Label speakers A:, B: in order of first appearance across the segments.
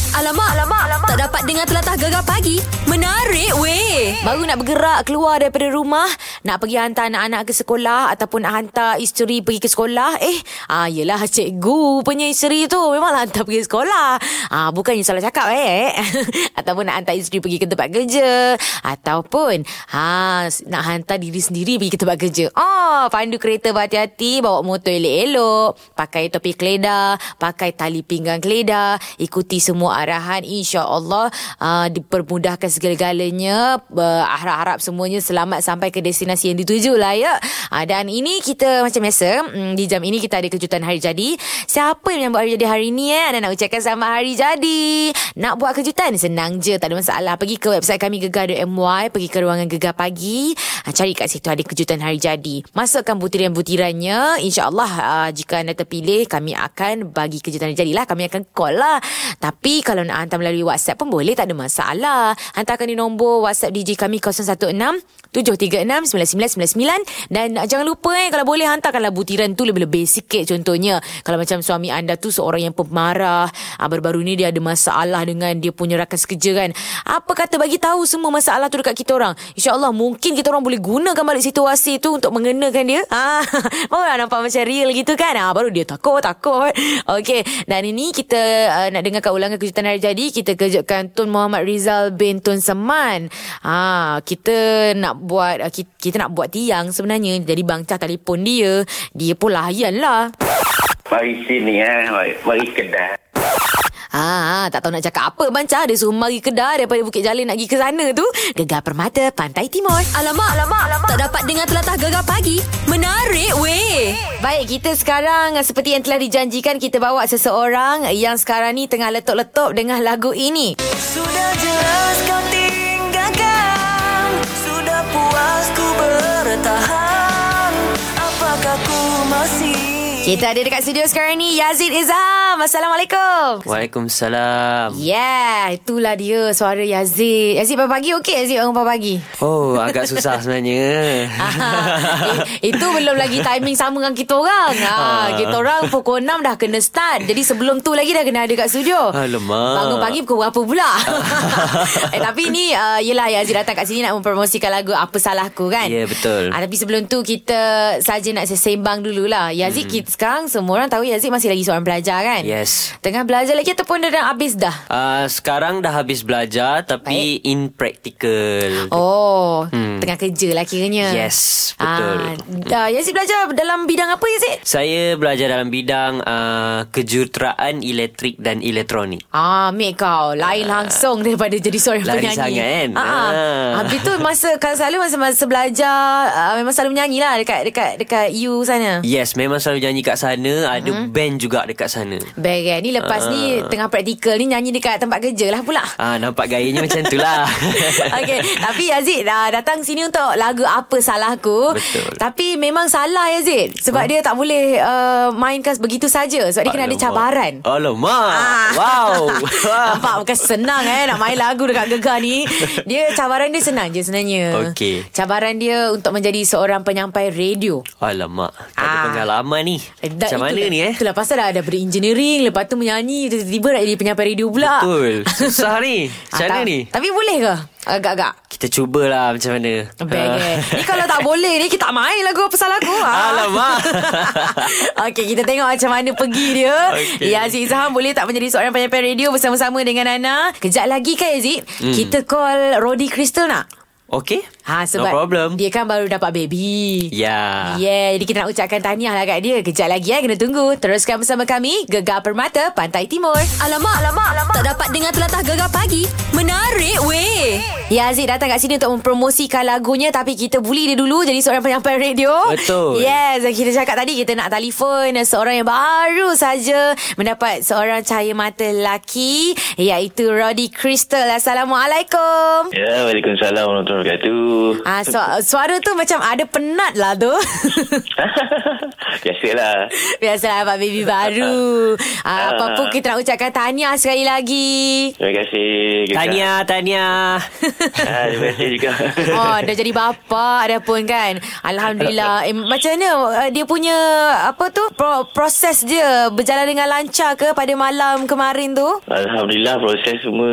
A: Alamak, alamak, alamak. Tak dapat dengar telatah gegar pagi. Menarik weh.
B: Eh, Baru nak bergerak keluar daripada rumah, nak pergi hantar anak-anak ke sekolah ataupun nak hantar isteri pergi ke sekolah, eh, ah yelah cikgu punya isteri tu memanglah hantar pergi sekolah. Ah bukannya salah cakap eh. ataupun nak hantar isteri pergi ke tempat kerja ataupun ha nak hantar diri sendiri pergi ke tempat kerja. Ah pandu kereta berhati-hati, bawa motor elok-elok, pakai topi keledar, pakai tali pinggang keledar, ikuti semua arahan insya-Allah uh, dipermudahkan segala-galanya uh, harap-harap semuanya selamat sampai ke destinasi yang dituju lah ya uh, dan ini kita macam biasa mm, di jam ini kita ada kejutan hari jadi siapa yang buat hari jadi hari ni eh anda nak ucapkan selamat hari jadi nak buat kejutan senang je tak ada masalah pergi ke website kami gegar.my pergi ke ruangan gegar pagi uh, cari kat situ ada kejutan hari jadi masukkan butiran-butirannya insyaAllah uh, jika anda terpilih kami akan bagi kejutan hari jadi lah kami akan call lah tapi kalau nak hantar melalui WhatsApp pun boleh tak ada masalah. Hantarkan di nombor WhatsApp DJ kami 016 736 9999 dan uh, jangan lupa eh kalau boleh hantarkanlah butiran tu lebih-lebih sikit contohnya kalau macam suami anda tu seorang yang pemarah uh, baru-baru ni dia ada masalah dengan dia punya rakan sekerja kan apa kata bagi tahu semua masalah tu dekat kita orang insyaallah mungkin kita orang boleh gunakan balik situasi tu untuk mengenakan dia ha orang nampak macam real gitu kan ha, baru dia takut takut okey dan ini kita uh, nak dengarkan ulangan kejutan hari jadi kita kejutkan Tun Muhammad Rizal bin Tun Seman. Ha, kita nak buat uh, kita, kita nak buat tiang sebenarnya. Jadi bangcah telefon dia, dia pun layan lah.
C: Mari sini eh. Mari, mari Kedah.
B: Ah, tak tahu nak cakap apa Banca Dia suruh mari kedai Daripada Bukit Jalil Nak pergi ke sana tu Gegar Permata Pantai Timur
A: Alamak, alamak, alamak. Tak dapat dengar telatah gegar pagi. Menarik weh.
B: Baik, kita sekarang eh, seperti yang telah dijanjikan kita bawa seseorang yang sekarang ni tengah letup-letup dengan lagu ini.
D: Sudah jelas kau tinggalkan Sudah puas ku bertahan Apakah ku masih
B: Kita ada dekat studio sekarang ni Yazid Izam. Assalamualaikum.
E: Waalaikumsalam.
B: Yeah, itulah dia suara Yazid. Yazid pagi-pagi okey Yazid orang pagi-pagi.
E: Oh, agak susah sebenarnya.
B: Ah, eh, itu belum lagi timing sama dengan kita orang. Ah, kita orang pukul 6 dah kena start. Jadi sebelum tu lagi dah kena ada kat studio.
E: Alamak. Ah.
B: Bangun pagi pukul berapa pula? eh, tapi ni uh, yelah Yazid datang kat sini nak mempromosikan lagu Apa Salahku kan?
E: Ya, betul.
B: Ah, tapi sebelum tu kita saja nak sesembang dululah. Yazid hmm. kita sekarang semua orang tahu Yazid masih lagi seorang pelajar kan?
E: Yes.
B: Tengah belajar lagi ataupun dah dah habis dah?
E: Uh, sekarang dah habis belajar tapi Baik. in practical.
B: Oh, hmm. tengah kerja lah kiranya.
E: Yes, betul.
B: Ah, uh, Yazid belajar dalam bidang apa Yazid?
E: Saya belajar dalam bidang uh, kejuruteraan elektrik dan elektronik.
B: Ah, Mek kau lain langsung daripada jadi seorang
E: Lari
B: penyanyi.
E: sangat, kan?
B: Ah, ah.
E: Ah.
B: Habis tu masa kalau selalu masa-masa belajar ah, memang selalu menyanyi lah dekat dekat dekat you sana.
E: Yes, memang selalu nyanyi kat sana, ada
B: Hmm.
E: band juga dekat sana.
B: Baik kan? Ni lepas ni tengah praktikal ni nyanyi dekat tempat kerja lah pula.
E: Ah, nampak gayanya macam tu lah.
B: Okey, tapi Yazid dah datang sini untuk lagu Apa Salahku.
E: Betul.
B: Tapi memang salah Yazid sebab dia tak boleh uh, mainkan begitu saja sebab dia kena ada
E: Alamak.
B: cabaran.
E: Alamak.
B: Ah.
E: Wow.
B: Nampak bukan senang eh Nak main lagu dekat Gegar ni Dia cabaran dia senang je sebenarnya
E: Okey.
B: Cabaran dia untuk menjadi seorang penyampai radio
E: Alamak. Tak ada
B: Ah.
E: pengalaman ni.
B: Eh, dah-
E: Macam mana
B: itulah-
E: ni eh?
B: Itulah pasal dah ada engineering Lepas tu menyanyi Tiba-tiba nak jadi penyampai radio pula
E: Betul. Susah ni. Macam
B: Ah,
E: mana
B: tak-
E: ni?
B: Tapi boleh ke? Agak-agak
E: Kita cubalah macam mana.
B: Baik
E: Ah.
B: eh. Ni kalau tak boleh ni Kita tak main lagu Apa salah aku ah.
E: Alamak.
B: Okey kita tengok macam mana pergi dia okay.
E: Okey.
B: Ya Aziz Izham boleh tak menjadi seorang penyampai radio Bersama-sama dengan Nana Kejap lagi kan Aziz hmm. Kita call Rodi Crystal nak?
E: Okey.
B: Ha, sebab
E: no problem.
B: dia kan baru dapat baby
E: Ya.
B: Yeah, jadi kita nak ucapkan tahniah lah kat dia. Kejap lagi eh, kena tunggu. Teruskan bersama kami, Gegar Permata, Pantai Timur.
A: Alamak, alamak, alamak. Tak dapat dengar telatah gegar pagi. Menarik weh.
B: Ya Aziz datang kat sini untuk mempromosikan lagunya tapi kita bully dia dulu jadi seorang penyampai radio.
E: Betul.
B: Yes, dan kita cakap tadi kita nak telefon seorang yang baru saja mendapat seorang cahaya mata lelaki iaitu Roddy Crystal. Assalamualaikum.
C: Ya, Waalaikumsalam warahmatullahi wabarakatuh.
B: Ah, so, suara tu macam ada penat lah tu.
C: Biasalah.
B: Biasalah Abang Baby baru. Ah, apa pun kita nak ucapkan tahniah sekali lagi.
C: Terima kasih. juga.
E: Tania, Tania.
C: Ah, terima kasih juga.
B: Oh, dah jadi bapa dah pun kan. Alhamdulillah. Eh, macam mana eh, dia punya apa tu pro, proses dia berjalan dengan lancar ke pada malam kemarin tu?
C: Alhamdulillah proses semua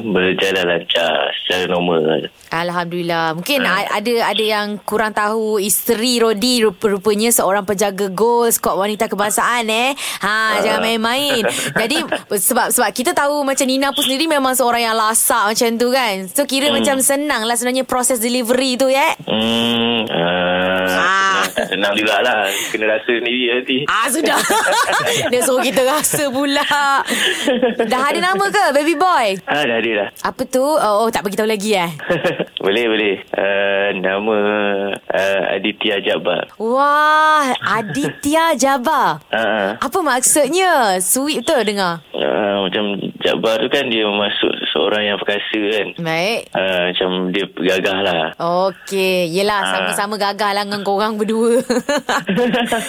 C: berjalan lancar secara normal.
B: Alhamdulillah. Mungkin a- ada ada yang kurang tahu isteri Rodi rup- rupanya seorang penjaga gol skuad wanita kebangsaan eh. Ha jangan main-main. Jadi sebab sebab kita tahu macam Nina pun sendiri memang seorang yang lasak macam tu kan. So kira macam senang lah sebenarnya proses delivery tu ya.
C: Hmm, ah,
B: Ah.
C: senang, tak senang juga lah. Kena rasa sendiri nanti.
B: Ah sudah. Dia suruh kita rasa pula. Dah ada nama ke baby boy?
C: Ah, dah ada dah.
B: Apa tu? Oh, oh tak beritahu lagi eh.
C: boleh, boleh. Uh, nama uh, Aditya Jabbar.
B: Wah, Aditya Jabbar.
C: Ah, ah.
B: Apa maksudnya? Sweet betul dengar.
C: Ah, macam Jabbar tu kan dia masuk seorang yang perkasa kan.
B: Baik.
C: Ah, macam dia gagah lah.
B: Okey, yelah
C: Ah.
B: sama-sama gagah lah dengan korang berdua.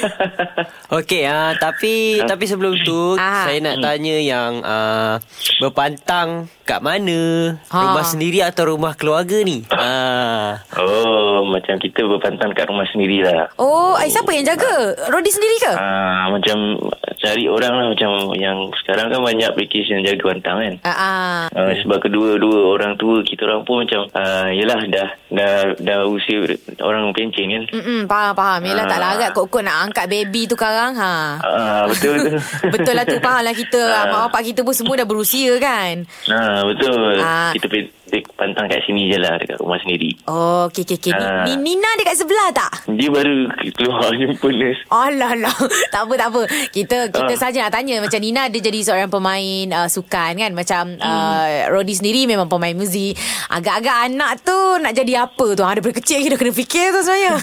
E: Okey, uh, tapi tapi sebelum tu
B: Ah.
E: saya nak tanya yang uh, berpantang kat mana?
B: Ha.
E: Rumah sendiri atau rumah keluarga ni? Ah.
C: Oh, macam kita berpantang kat rumah sendiri lah.
B: oh, eh, siapa yang jaga? Rodi sendiri ke?
C: Ah, macam cari orang lah macam yang sekarang kan banyak aplikasi yang jaga pantang kan.
B: Ah, ah.
C: Uh, sebab kedua-dua orang tua kita orang pun macam uh, yelah dah dah dah usia orang pencen kan.
B: Mm-mm, faham, faham. Yelah tak
C: Ah.
B: larat kot-kot nak angkat baby tu sekarang. Ha.
C: Ah betul betul.
B: Betul lah tu, faham lah kita.
C: Ah.
B: Mak bapak kita pun semua dah berusia kan?
C: Ah betul.
B: Ah.
C: Kita pe- pe- pantang kat sini je lah dekat rumah sendiri.
B: Oh, okey, okey, okey.
C: Ah.
B: Ni, Nina dekat sebelah tak?
C: Dia baru keluar jumpa nurse.
B: Alah lah Tak apa tak apa Kita kita
C: Ah.
B: saja nak tanya Macam Nina dia jadi seorang pemain uh, Sukan kan Macam
C: Hmm.
B: uh, Rodi sendiri memang pemain muzik Agak-agak anak tu Nak jadi apa tu ha, Daripada kecil kita kena fikir tu sebenarnya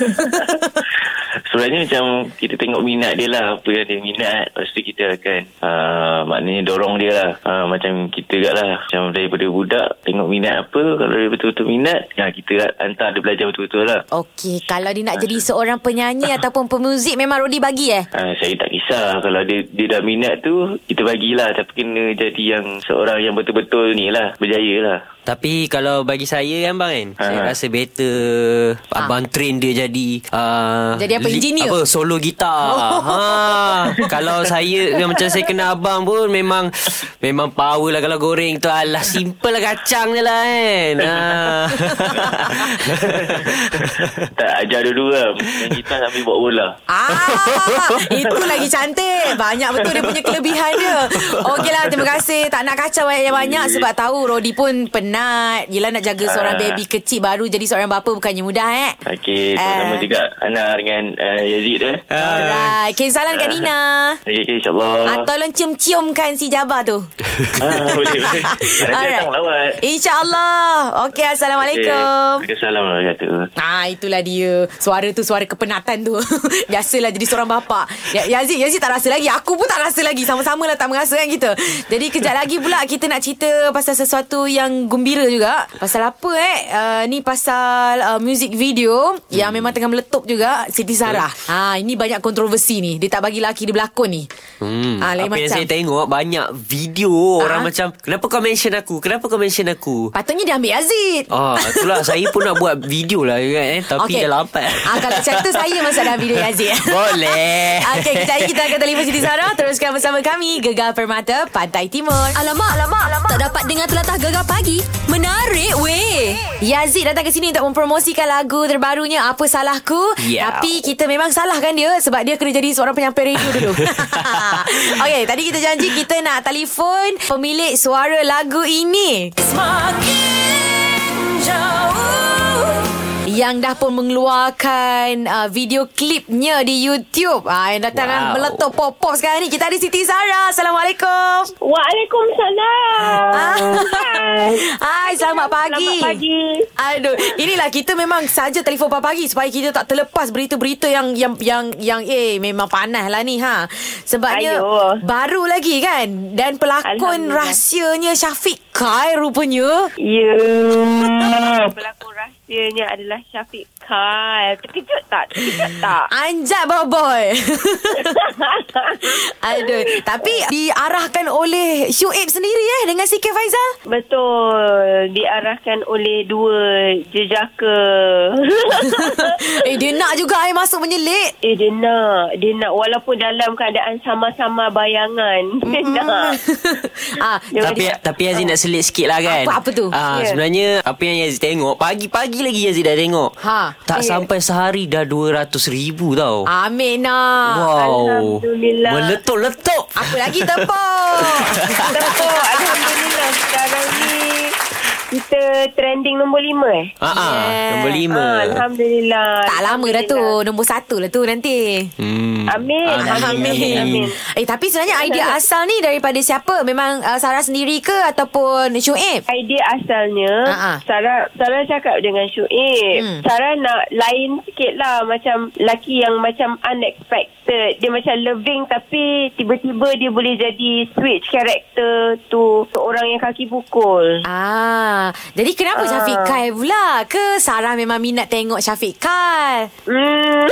C: Sebenarnya macam kita tengok minat dia lah Apa yang dia minat Lepas tu kita akan uh, Maknanya dorong dia lah uh, Macam kita kat lah Macam daripada budak Tengok minat apa Kalau dia betul-betul minat ya, Kita hantar dia belajar betul-betul lah
B: Okey Kalau dia nak jadi seorang penyanyi Ataupun pemuzik Memang Rodi bagi eh
C: Uh, saya tak kisah kalau dia dia dah minat tu kita bagilah tapi kena jadi yang seorang yang betul-betul ni lah berjaya lah
E: Tapi kalau bagi saya kan bang kan
C: Ha.
E: Saya rasa better Abang train dia jadi
B: Ha.
E: uh,
B: Jadi apa, engineer?
E: Apa solo gitar
B: Oh.
E: ha. Kalau saya dia Macam saya kena abang pun Memang Memang power lah Kalau goreng tu Alah simple lah kacang je lah kan ha.
C: tak ajar dulu lah main gitar sambil buat bola
B: Ah, itu lagi cantik. Banyak betul dia punya kelebihan dia. Okeylah, Ya. lah, terima kasih. Tak nak kacau banyak-banyak sebab tahu Rodi pun penat. Yelah nak jaga seorang
C: Ah.
B: baby kecil baru jadi seorang bapa bukannya mudah eh.
C: Okey, sama
B: Eh.
C: juga Ana dengan uh, Yazid eh.
B: Alright, okay, salam kat Nina.
C: Okey, okay, insyaAllah.
B: Ah, tolong cium-ciumkan si Jabbar tu.
C: Ah, boleh, boleh. Nanti datang lawat.
B: InsyaAllah. Okey, Assalamualaikum.
C: Okay. Assalamualaikum warahmatullahi
B: Ah itulah dia Suara tu suara kepenatan tu Biasalah jadi seorang bapa ya, Yazid Yazid tak rasa lagi Aku pun tak rasa lagi Sama-sama lah tak merasa kan kita Jadi kejap lagi pula Kita nak cerita Pasal sesuatu yang gembira juga Pasal apa eh uh, Ni pasal uh, Music video Yang
E: Hmm.
B: memang tengah meletup juga Siti Sarah ha, Ini banyak kontroversi ni Dia tak bagi laki dia berlakon ni
E: Hmm.
B: Ah, lain
E: Apa yang
B: macam.
E: saya tengok Banyak video
B: Ah.
E: Orang macam Kenapa kau mention aku Kenapa kau mention aku
B: Patutnya dia ambil Yazid
E: Ah, itulah saya pun nak buat video lah kan eh tapi
B: Okey.
E: okay. dah lambat.
B: Ah, kalau macam tu saya masuk dalam video Yazid.
E: Boleh.
B: Okey, kejap lagi kita akan telefon Siti Sarah. Teruskan bersama kami. Gegar Permata, Pantai Timur.
A: Alamak, alamak, alamak. Tak dapat dengar telatah gegar pagi. Menarik weh.
B: Yazid Ya, datang ke sini untuk mempromosikan lagu terbarunya Apa Salahku.
E: Ya.
B: Tapi kita memang salahkan dia sebab dia kena jadi seorang penyampai radio dulu. Okey, tadi kita janji kita nak telefon pemilik suara lagu ini
D: Semakin jauh
B: yang dah pun mengeluarkan uh, video klipnya di YouTube. Ah yang datang wow.
E: Wow.
B: meletup pop-pop sekarang ni. Kita ada Siti Sarah. Assalamualaikum.
F: Waalaikumsalam.
B: Hai. Hai, selamat pagi.
F: Selamat pagi.
B: Aduh, inilah kita memang saja telefon pagi supaya kita tak terlepas berita-berita yang yang yang yang eh memang panas lah ni ha. Sebabnya
F: Ayuh.
B: baru lagi kan dan pelakon
F: Alhamdulillah.
B: rahsianya Syafiq Kai rupanya.
F: Ya. Pelakon rahsia Ianya adalah Syafiq Kyle. Terkejut tak? Terkejut tak?
B: Anjat boboy. Aduh. Tapi diarahkan oleh Syuib sendiri eh dengan CK Faizal.
F: Betul. Diarahkan oleh dua jejaka.
B: eh dia nak juga eh masuk menyelit.
F: eh, dia nak. Dia nak walaupun dalam keadaan sama-sama bayangan.
B: Mm-hmm.
F: Dia nak.
B: ah,
F: Dia
E: Tapi
F: macam-
E: tapi Aziz nak selit sikit lah kan
B: Apa- apa tu?
E: Ah,
F: Ya.
E: Sebenarnya Apa yang Aziz tengok Pagi-pagi lagi Aziz dah tengok
B: Ha.
E: Tak
F: Ya.
E: sampai sehari Dah 200 ribu tau
B: Amin lah.
E: Wow
F: Alhamdulillah.
E: Meletup-letup
B: Apa lagi tepuk?
F: Tepuk. Alhamdulillah. Sekarang ni kita trending nombor lima eh.
E: Ah, ah,
B: Yeah.
E: Nombor lima
F: Ah, Alhamdulillah.
B: Tak lama dah tu Nombor satu lah tu nanti
E: hmm.
F: Amin.
E: Amin.
F: Amin. Amin.
B: Eh tapi sebenarnya idea asal ni Daripada siapa Memang uh, Sarah sendiri ke Ataupun Syuib
F: Idea asalnya
B: Ah, ah.
F: Sarah Sarah cakap dengan Syuib
B: Hmm.
F: Sarah nak lain sikit lah Macam laki yang macam unexpected Dia macam loving Tapi tiba-tiba dia boleh jadi switch character To seorang yang kaki pukul
B: Ah, Jadi kenapa
F: Ah.
B: Syafiq Kai pula Ke Sarah memang minat tengok Syafiq Kai
F: Hmm.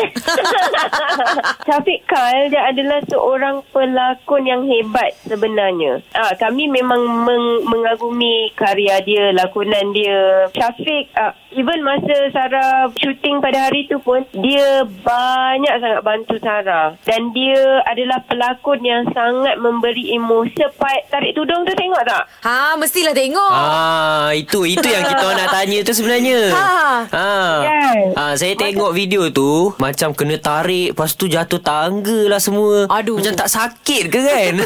F: Syafiq Kyle dia adalah seorang pelakon yang hebat sebenarnya. Ah, kami memang meng- mengagumi karya dia, lakonan dia. Syafiq, ah, even masa Sarah syuting pada hari tu pun, dia banyak sangat bantu Sarah. Dan dia adalah pelakon yang sangat memberi emosi. Sepat tarik tudung tu tengok tak?
B: Ha mestilah tengok
E: Ah, itu itu yang kita nak tanya tu sebenarnya.
B: Ha.
E: Ha.
F: Kan?
E: Ha, saya tengok video tu macam kena tarik, lepas tu jatuh tangga lah semua.
B: Aduh.
E: Macam tak sakit ke kan?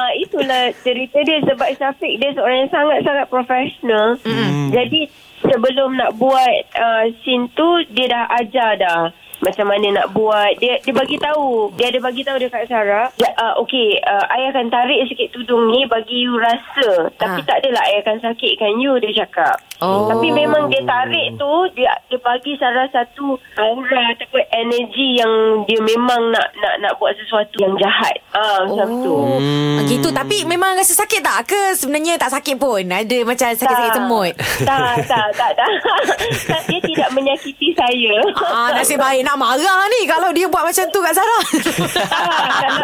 F: Ah itulah cerita dia sebab Syafiq dia seorang yang sangat-sangat profesional. Mm. Jadi sebelum nak buat uh, scene tu dia dah ajar dah macam mana nak buat dia dia bagi tahu dia ada bagi tahu dekat Sarah dia, uh, okey uh, I akan tarik sikit tudung ni bagi you rasa
B: Ah.
F: tapi tak adalah I akan sakitkan you dia cakap
B: Oh.
F: tapi memang dia tarik tu dia dia bagi Sarah satu aura ataupun energi yang dia memang nak nak nak buat sesuatu yang jahat ah uh, macam tu
B: Oh, hmm. gitu tapi memang rasa sakit tak ke sebenarnya tak sakit pun ada macam sakit-sakit semut
F: Tak, tak, tak, tak. tak. Dia tidak menyakiti saya.
B: ah nasib baik nak marah ni kalau dia buat macam tu kat Sarah
F: Ah, kalau,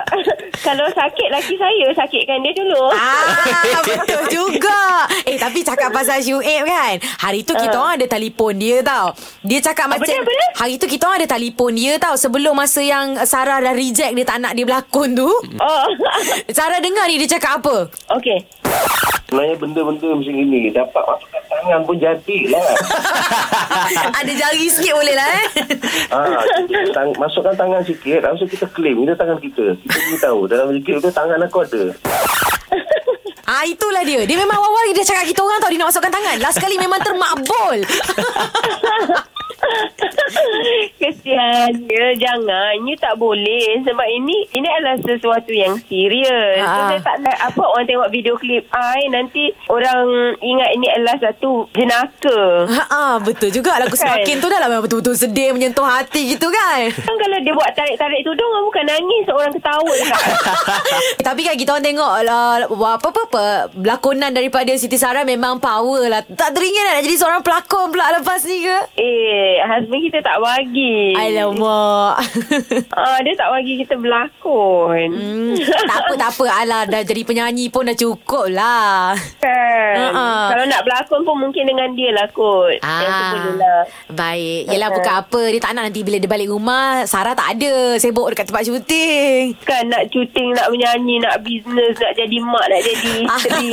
F: kalau sakit laki saya, sakitkan dia dulu.
B: Ah, betul juga. Eh, tapi cakap pasal Syuib kan. Hari tu
F: Ah.
B: kita orang ada telefon dia tau. Dia cakap
F: Apa
B: macam...
F: dia, apa dia?
B: Hari tu kita orang ada telefon dia tau. Sebelum masa yang Sarah dah reject dia tak nak dia berlakon tu.
F: Oh,
B: Sarah dengar ni dia cakap apa?
F: okey.
G: Sebenarnya benda-benda macam ini dapat masukkan tangan pun jadilah.
B: ada jari sikit boleh lah eh.
G: ha, kita tang- masukkan tangan sikit, lepas tu kita claim kita tangan kita. Kita beritahu dalam sikit tu tangan aku ada.
B: Ah itulah dia. Dia memang awal-awal dia cakap kita orang tau dia nak masukkan tangan. Last kali memang termakbul.
F: Kesian ya, Jangan You tak boleh Sebab ini Ini adalah sesuatu yang serius so,
B: Ah.
F: Saya tak nak Apa orang tengok video klip I Nanti Orang ingat ini adalah Satu jenaka
B: Ha betul juga lagu
F: Kan?
B: semakin tu dah lah memang betul-betul sedih menyentuh hati gitu kan.
F: Kan kalau dia buat tarik-tarik tudung orang Bukan nangis Orang ketawa dekat
B: Tapi kan kita orang tengok lah, apa apa apa lakonan daripada Siti Sarah memang power lah. Tak teringin nak jadi seorang pelakon pula lepas ni ke?
F: Eh, husband kita tak bagi.
B: Alamak.
F: Ah, dia tak bagi kita berlakon.
B: Hmm, tak apa tak apa Alah dah jadi penyanyi pun dah cukup lah
F: Kan.
B: Ha-ha. Ah.
F: Kalau nak berlakon pun mungkin dengan dia lah kot. Yang sebelum lah.
B: Baik Yelah
F: Uh-uh.
B: bukan apa Dia tak nak nanti bila dia balik rumah Sarah tak ada Sibuk dekat tempat syuting
F: Kan nak cuting, nak menyanyi, nak bisnes, nak jadi mak, nak jadi isteri.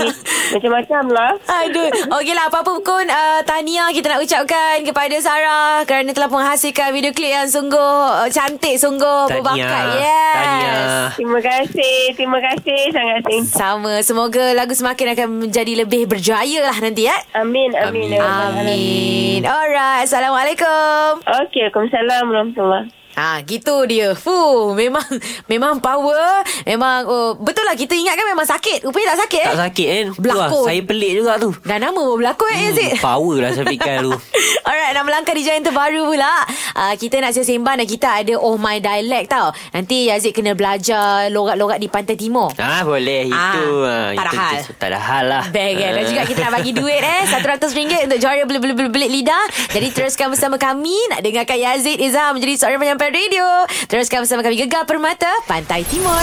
F: Macam-macam lah.
B: Aduh Okeylah apa-apa pun uh, Tahniah kita nak ucapkan Kepada Sarah Kerana telah menghasilkan video klip yang sungguh uh, Cantik sungguh Berbakat Yes
E: Tahniah.
F: Terima kasih. Terima kasih sangat. Thank you.
B: Sama. Semoga lagu semakin akan menjadi lebih berjaya lah nanti eh.
F: Amin,
E: Amin.
F: amin. ya Rabbal Alamin.
B: Amin. Alright. Assalamualaikum.
F: Okey, Waalaikumsalam warahmatullahi
B: Ha, Ha, gitu dia. Fuh, memang memang power. Memang oh, betul lah kita ingat kan memang sakit. Rupanya tak sakit.
E: Tak sakit kan
B: Berlakon.
E: Wah, Saya pelik juga tu
B: Dah nama pun berlakon hmm, eh, Zik.
E: power lah Syafiqah tu.
B: Alright, nak melangkah di jalan terbaru pula. Uh, kita nak sembang dan kita ada Oh My Dialect tau. Nanti Yazik kena belajar logat-logat di Pantai Timur.
E: Ah boleh
B: Ah,
E: itu. Ah,
B: tak ada
E: itu,
B: hal.
E: Itu, tak ada hal lah.
B: Bang eh. Dan
E: Ah.
B: juga kita nak bagi duit eh RM100 untuk juara belit-belit lidah Jadi teruskan bersama kami Nak dengarkan Yazid Izam Menjadi seorang penyampaian radio Teruskan bersama kami Gegar Permata Pantai Timur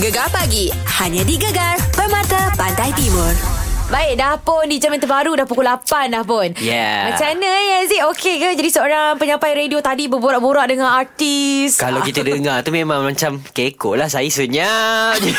A: Gegar pagi hanya di Gegar Permata Pantai Timur.
B: Baik dah pun di jam yang terbaru Dah pukul 8 dah pun
E: Yeah.
B: Macam mana eh Yazid Okey ke jadi seorang penyampaian radio Tadi berborak-borak dengan artis
E: Kalau kita dengar tu memang macam kekok lah saya senyap je.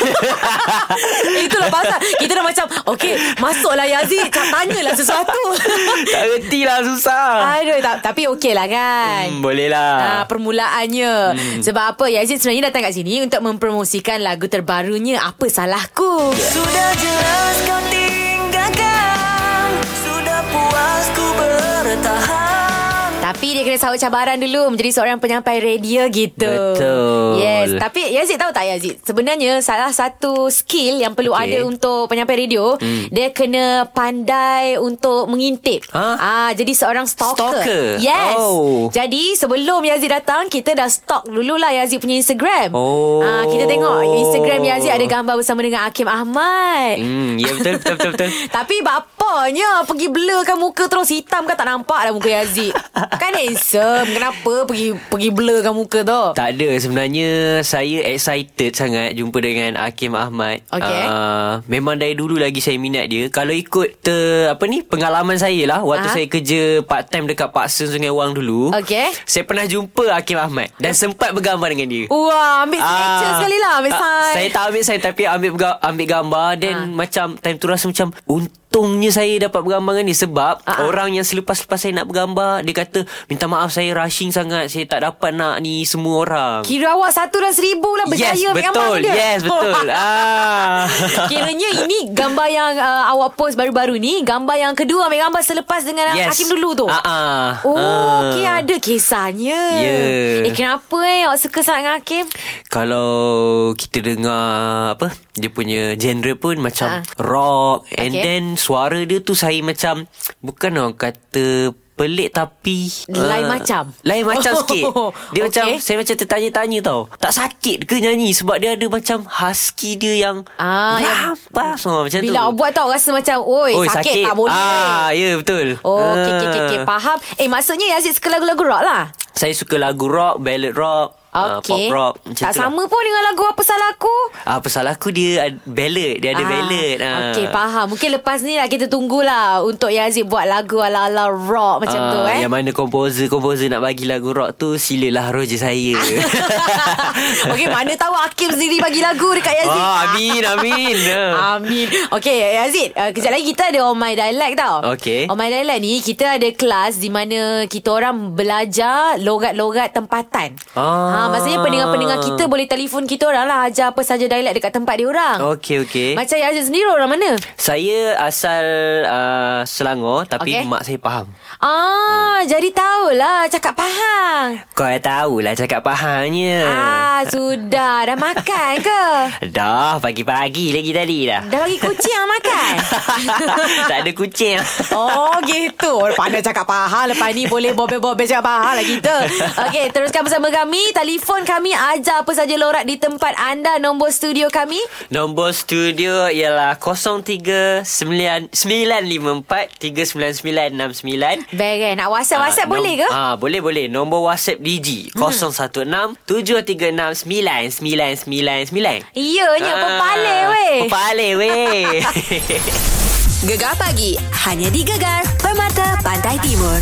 B: Itulah pasal Kita dah macam Okey masuklah Yazid Tanyalah sesuatu
E: tak reti lah susah.
B: Aduh tak, Tapi okey lah kan
E: Hmm, boleh
B: Ah,
E: lah.
B: permulaannya. Hmm. Sebab apa Yazid sebenarnya datang kat sini untuk mempromosikan lagu terbarunya Apa Salahku.
D: Sudah jelas kau tinggalkan Sudah puas ku bertahan
B: Tapi dia kena sahut cabaran dulu menjadi seorang penyampai radio gitu.
E: Betul.
B: Yes, tapi Yazid tahu tak Yazid? Sebenarnya salah satu skill yang perlu
E: Okey. Hmm.
B: ada untuk penyampai radio, dia kena pandai untuk mengintip.
E: Ha?
B: Ah, jadi seorang stalker.
E: Stalker?
B: Yes.
E: Oh.
B: Jadi sebelum Yazid datang, kita dah stalk dululah Yazid punya Instagram.
E: Oh.
B: Ah, kita tengok Instagram Yazid ada gambar bersama dengan Hakim Ahmad.
E: Hmm, ya betul betul betul betul.
B: Tapi bapaknya pergi blurkan muka terus hitam kan tak nampak dah muka Yazid. kan handsome. Kenapa pergi pergi blurkan muka tu?
E: Tak ada sebenarnya saya excited sangat jumpa dengan Hakim Ahmad.
B: Okey.
E: Uh, memang dari dulu lagi saya minat dia. Kalau ikut ter, apa ni pengalaman saya lah waktu
B: Aha.
E: saya kerja part time dekat Pak Sun Sungai Wang dulu.
B: Ah. Okey.
E: Saya pernah jumpa Hakim Ahmad dan sempat bergambar dengan dia.
B: Wah, ambil signature
E: Ah,
B: sekali lah ambil
E: ah,
B: sign.
E: Saya tak ambil sign tapi ambil berga- ambil gambar then
B: Ah.
E: macam time tu rasa macam untungnya saya dapat bergambar dengan ni sebab
B: Ah, ah.
E: orang yang selepas-lepas saya nak bergambar dia kata minta maaf saya rushing sangat saya tak dapat nak ni semua orang.
B: Kira awak satu dan seribu lah berjaya
E: yes,
B: ambil gambar
E: betul.
B: tu dia.
E: Yes, betul. ah.
B: Kiranya ini gambar yang uh, awak post baru-baru ni Gambar yang kedua ambil gambar selepas dengan yes. Hakim dulu tu
E: Ah, ah.
B: Oh,
E: Ah.
B: okay, ada kisahnya
E: Ya.
B: Eh, kenapa eh awak suka sangat dengan Hakim?
E: Kalau kita dengar apa dia punya genre pun macam
B: Ah.
E: rock and
B: Okay.
E: then suara dia tu saya macam bukan orang kata pelik tapi eh,
B: Lain macam.
E: Lain macam sikit Dia
B: Okay.
E: macam Saya macam tertanya-tanya tau Tak sakit ke nyanyi Sebab dia ada macam Husky dia yang
B: Ah, yang-
E: Rampas oh, Macam tu
B: Bila awak buat tau rasa macam Oi,
E: Oi,
B: sakit, tak boleh
E: ah, Ya betul
B: Oh,
E: Ah.
B: okay, okay, okay, okay, faham. Eh, maksudnya Yazid suka lagu-lagu rock lah.
E: Saya suka lagu rock Ballad rock ah, Pop
B: Okay.
E: rock macam
B: tak
E: tu lah.
B: sama pun dengan lagu Apa Salah Aku.
E: Ah, pasal aku dia ad- ballad Dia ada ballad ah.
B: Okay, faham. Mungkin lepas ni lah kita tunggulah untuk Yazid buat lagu ala-ala rock macam
E: Ah,
B: tu eh.
E: Yang mana komposer-komposer nak bagi lagu rock tu Silalah roja saya
B: okay, mana tahu Hakim sendiri bagi lagu dekat Yazid.
E: Oh, amin, amin
B: Ah.
E: Ya.
B: Amin. Okay, Yazid. Uh, kejap lagi kita ada On My Dialect tau.
E: Okey.
B: On My Dialect ni, kita ada kelas di mana kita orang belajar logat-logat tempatan.
E: Ah.
B: Ha, maksudnya pendengar-pendengar kita boleh telefon kita orang lah ajar apa saja dialek dekat tempat dia orang.
E: Ah. Okey, okey
B: Macam Yazid sendiri orang mana?
E: Saya asal uh, Selangor Tapi
B: Okey.
E: okay. mak saya faham Hmm.
B: Ah, jadi tahulah cakap Pahang.
E: Kau dah tahulah cakap Pahangnya
B: Ah, sudah. Dah makan ke?
E: Dah, pagi-pagi lagi tadi dah
B: Dah bagi kucing yang makan?
E: Tak ada kucing
B: Oh gitu Orang Pandai cakap Pahang Lepas ni boleh bobel-bobel Cakap Pahang lah kita Okey teruskan bersama kami Telefon kami Ajar apa saja lorak Di tempat anda Nombor studio kami
E: Nombor studio ialah 03 954 39969
B: Baik eh, Nak
E: Ah,
B: whatsapp-whatsapp
E: nom-
B: boleh ke? Hmm.
E: Ah, boleh boleh. Nombor WhatsApp DG 016 736 9999.
B: Iyanya Pepalih weh
E: Pepalih Ah, weh.
A: Gegar pagi hanya di Gegar Permata Pantai Timur.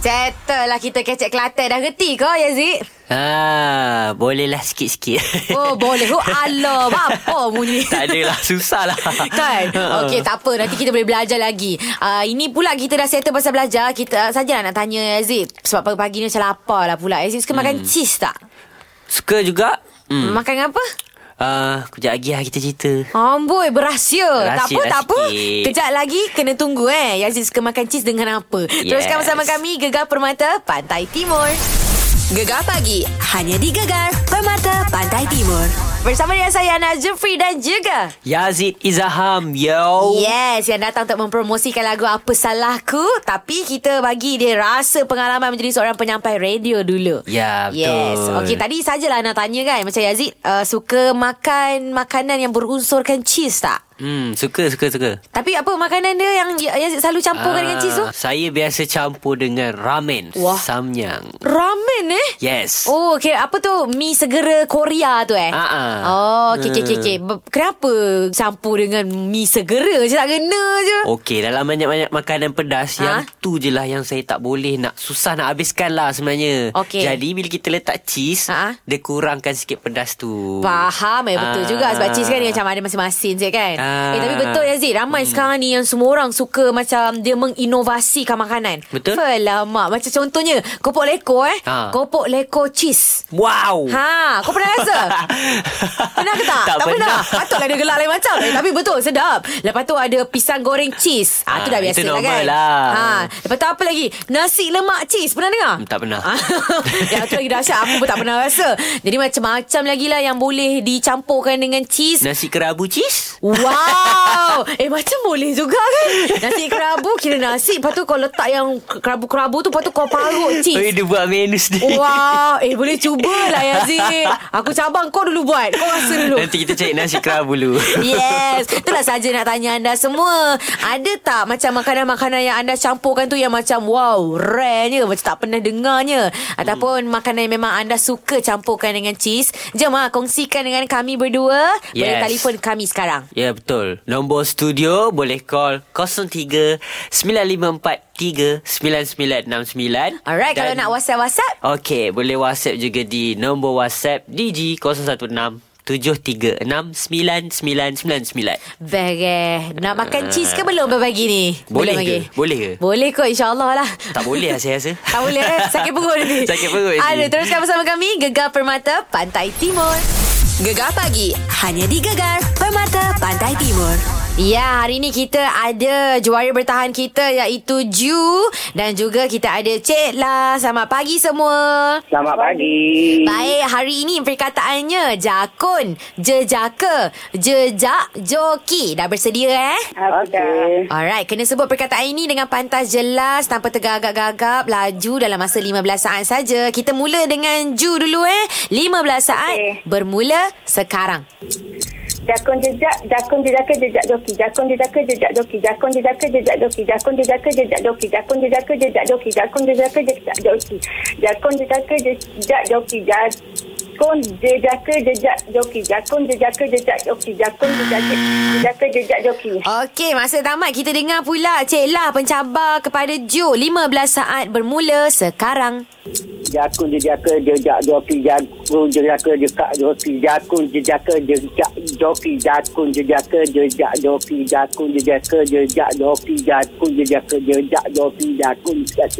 B: Settle lah kita kecek Kelantan Dah reti ya, ke Yazid?
E: ah, bolehlah sikit-sikit.
B: Oh boleh Oh Allah Apa bunyi
E: tak adalah ah. susah lah
B: Kan Okey tak apa Nanti kita boleh belajar lagi uh, Ini pula kita dah settle Pasal belajar Kita uh, sajalah nak tanya Yazid Sebab pagi-pagi ni macam lapar lah pula Yazid suka makan cheese tak?
E: Suka juga
B: Hmm. Makan apa?
E: Ah, Kejap lagi lah kita cerita
B: Amboi, berahsia.
E: Rahsia
B: tak apa,
E: lah
B: tak apa.
E: sikit.
B: Kejap lagi kena tunggu Ya, eh. Yazid suka makan cheese dengan apa. Teruskan
E: Yes.
B: bersama kami Gegar Permata Pantai Timur.
A: Gegar pagi hanya di Gegar Permata Pantai Timur.
B: Bersama dengan saya Anas Jeffrey dan juga
E: Yazid Izaham, yo.
B: Yes, yang datang untuk mempromosikan lagu Apa Salahku Tapi kita bagi dia rasa pengalaman menjadi seorang penyampai radio dulu
E: Ya, betul.
B: Yes, okay tadi sajalah nak tanya kan Macam Yazid uh, suka makan makanan yang berunsurkan cheese tak?
E: Hmm, suka, suka, suka.
B: Tapi apa makanan dia yang Y- Yazid selalu campurkan dengan cheese tu?
E: Ah, Saya biasa campur dengan ramen.
B: Wah.
E: Samyang.
B: Ramen eh?
E: Yes. Ah,
B: Oh, okay. apa tu? Mi segera Korea tu eh?
E: Ha-ha.
B: Oh, okay, okay, okay, okay.
E: Hmm.
B: Be- Kenapa campur dengan mi segera je tak kena je?
E: Okey, dalam banyak-banyak makanan
B: Ha?
E: pedas Yang tu je lah yang saya tak boleh nak Susah nak habiskan lah sebenarnya
B: Okey.
E: Jadi bila kita letak cheese
B: Ha?
E: Dia kurangkan sikit pedas tu
B: Faham eh betul
E: Ah.
B: juga Sebab cheese kan dia macam ada masing-masing je kan
E: Ah.
B: eh, Tapi betul Yazid Ramai hmm. sekarang ni yang semua orang suka macam Dia menginovasikan makanan
E: Betul.
B: Felamak Macam contohnya Kopok leko eh
E: Ah.
B: Kopok leko cheese
E: Wow
B: Ha, kau pernah rasa? pernah ke tak?
E: Tak pernah.
B: Patutlah dia gelak lain macam. Eh, tapi betul, sedap. Lepas tu ada pisang goreng cheese. Ah, ha, tu
E: Ah,
B: dah biasa
E: itu
B: lah
E: normal
B: kan.
E: lah.
B: Ha, lepas tu apa lagi? Nasi lemak cheese. Pernah dengar?
E: Hmm, tak pernah.
B: yang tu lagi dahsyat. Aku pun tak pernah rasa. Jadi macam-macam lagi lah yang boleh dicampurkan dengan cheese.
E: Nasi kerabu cheese
B: Wow Eh macam boleh juga kan Nasi kerabu Kira nasi Lepas tu kau letak yang Kerabu-kerabu tu Lepas tu kau parut cheese
E: Eh, dia buat menu sendiri
B: Wow Eh boleh cubalah Yazid Aku cabang kau dulu buat Kau rasa dulu
E: Nanti kita cari nasi kerabu dulu
B: Yes Itulah saja nak tanya anda semua Ada tak macam makanan-makanan yang anda campurkan tu Yang macam wow Rarenya Macam tak pernah dengarnya Ataupun
E: Hmm.
B: makanan yang memang anda suka campurkan dengan cheese Jom ah kongsikan dengan kami berdua Boleh
E: Yes.
B: telefon kami sekarang
E: Ya betul Nombor studio boleh call 03 954 3999
B: Alright kalau nak whatsapp-whatsapp
E: Okey, boleh WhatsApp juga di nombor WhatsApp DG 016 7369999.
B: Bereh Nak makan cheese ke belum berbagi ni?
E: Ah. Boleh
B: Belum
E: ke?
B: lagi?
E: Boleh ke?
B: Boleh kot insyaAllah lah
E: Tak boleh lah saya rasa.
B: Tak boleh eh? Sakit perut nanti
E: Sakit perut nanti.
B: Aduh teruskan bersama kami Gegar Permata Pantai Timur
A: Gegar pagi hanya di Gegar Permata Pantai Timur.
B: Ya, hari ni kita ada juara bertahan kita iaitu Ju dan juga kita ada Cik La. Selamat pagi semua.
H: Selamat pagi.
B: Baik, hari ini perkataannya jakun, jejaka, jejak, joki. Dah bersedia eh?
H: Okey.
B: Alright, kena sebut perkataan ini dengan pantas jelas tanpa tergagap-gagap, laju dalam masa 15 saat saja. Kita mula dengan Ju dulu eh. 15 saat
H: Okey.
B: bermula sekarang.
H: Jakun jejak, jakun jejaka jejak joki, jakun jejaka jejak joki, jakun jejaka jejak joki, jakun jejaka jejak joki, jakun jejaka jejak joki, jakun jejaka jejak joki, jakun jejaka jejak joki, jakun jejaka jejak joki, jakun jejaka jejak joki, jakun jejaka jejaka jejak joki.
B: Okey, masa tamat kita dengar pula Cik La pencabar kepada Ju. 15 saat bermula sekarang.
I: Jakun jejaka jejak joki jakun jejaka jejak joki jakun jejaka jejak joki jakun jejaka jejak joki jakun jejaka jejak joki jakun jejaka jejak joki jakun jejaka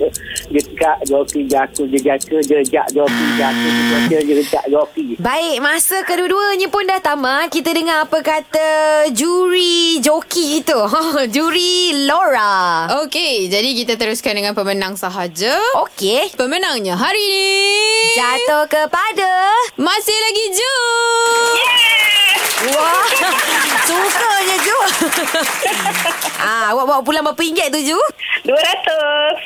I: jejak joki jakun jejaka jejak joki jakun jejaka jejak joki
B: Baik, masa kedua-duanya pun dah tamat. Kita dengar apa kata juri joki itu. juri Laura.
J: Okey, jadi kita teruskan dengan pemenang sahaja.
B: Okey.
J: Pemenangnya hari ini
B: Jatuh kepada
J: masih lagi Ju.
B: Wah, suka je Ju. ah, awak bawa pulang berapa ringgit tu Ju?
H: Dua ratus.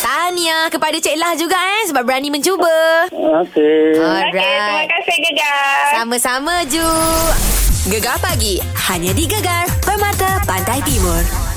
B: Tahniah kepada Cik Lah juga eh sebab berani mencuba.
H: Okey,
I: okey
H: terima
B: Alright.
H: kasih gegar.
B: Sama-sama Ju.
A: Gegar pagi hanya di Gegar Permata Pantai Timur.